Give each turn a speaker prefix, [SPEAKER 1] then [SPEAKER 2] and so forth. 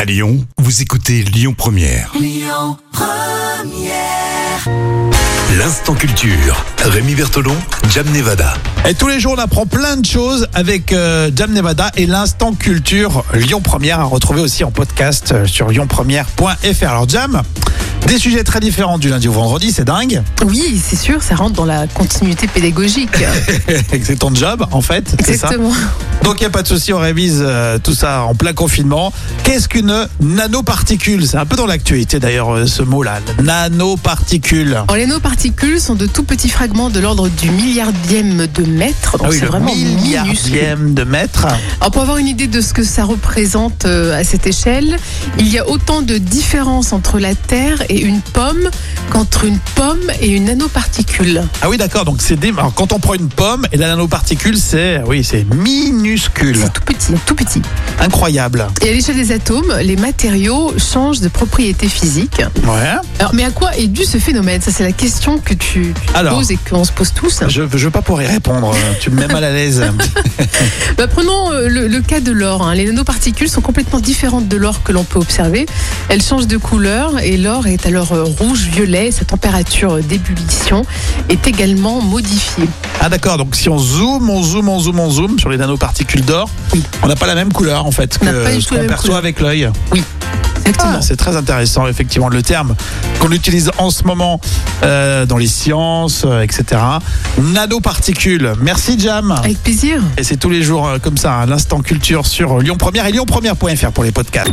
[SPEAKER 1] À Lyon, vous écoutez Lyon Première. L'instant culture. Rémi Bertolon, Jam Nevada.
[SPEAKER 2] Et tous les jours, on apprend plein de choses avec euh, Jam Nevada et l'instant culture Lyon Première à retrouver aussi en podcast euh, sur lyonpremière.fr. Alors Jam, des sujets très différents du lundi au vendredi, c'est dingue.
[SPEAKER 3] Oui, c'est sûr, ça rentre dans la continuité pédagogique.
[SPEAKER 2] c'est ton job en fait, c'est ça.
[SPEAKER 3] Exactement.
[SPEAKER 2] Donc il n'y a pas de souci, on révise euh, tout ça en plein confinement. Qu'est-ce qu'une nanoparticule C'est un peu dans l'actualité d'ailleurs euh, ce mot-là, nanoparticule.
[SPEAKER 3] Alors, les nanoparticules sont de tout petits fragments de l'ordre du milliardième de mètre. Donc
[SPEAKER 2] Ah oui,
[SPEAKER 3] c'est
[SPEAKER 2] le
[SPEAKER 3] vraiment minuscule.
[SPEAKER 2] milliardième de mètre.
[SPEAKER 3] Alors, pour avoir une idée de ce que ça représente euh, à cette échelle, il y a autant de différence entre la Terre et une pomme qu'entre une pomme et une nanoparticule.
[SPEAKER 2] Ah oui, d'accord. Donc c'est des. alors, quand on prend une pomme et la nanoparticule, c'est oui, c'est minuscule,
[SPEAKER 3] C'est tout petit, tout petit.
[SPEAKER 2] incroyable.
[SPEAKER 3] Et à l'échelle des atomes, les matériaux changent de propriétés physiques.
[SPEAKER 2] Ouais.
[SPEAKER 3] Alors, mais à quoi est dû ce phénomène Ça, c'est la question que tu, tu te
[SPEAKER 2] Alors.
[SPEAKER 3] poses et qu'on se pose tous.
[SPEAKER 2] Je, je veux pas pouvoir y répondre. euh, Tu me mets mal à l'aise.
[SPEAKER 3] Bah, prenons euh, le, le cas de l'or. hein. Les nanoparticules sont complètement différentes de l'or que l'on peut observer. Elles changent de couleur et l'or est alors euh, rouge-violet. Sa température euh, d'ébullition est également modifiée.
[SPEAKER 2] Ah d'accord. Donc si on zoome, on zoome, on zoome, on zoome sur les nanoparticules d'or,
[SPEAKER 3] Oui.
[SPEAKER 2] on n'a pas la même couleur en fait
[SPEAKER 3] On n'a pas
[SPEAKER 2] que
[SPEAKER 3] du
[SPEAKER 2] ce
[SPEAKER 3] tout la
[SPEAKER 2] qu'on
[SPEAKER 3] même
[SPEAKER 2] perçoit
[SPEAKER 3] couleur.
[SPEAKER 2] avec l'œil.
[SPEAKER 3] Exactement.
[SPEAKER 2] Ah, c'est très intéressant effectivement le terme qu'on utilise en ce moment euh, dans les sciences, euh, etc. Nanoparticules. Merci Jam.
[SPEAKER 3] Avec plaisir.
[SPEAKER 2] Et c'est tous les jours euh, comme ça, hein, l'instant culture sur euh, Lyon Première et lyonpremière.fr pour les podcasts.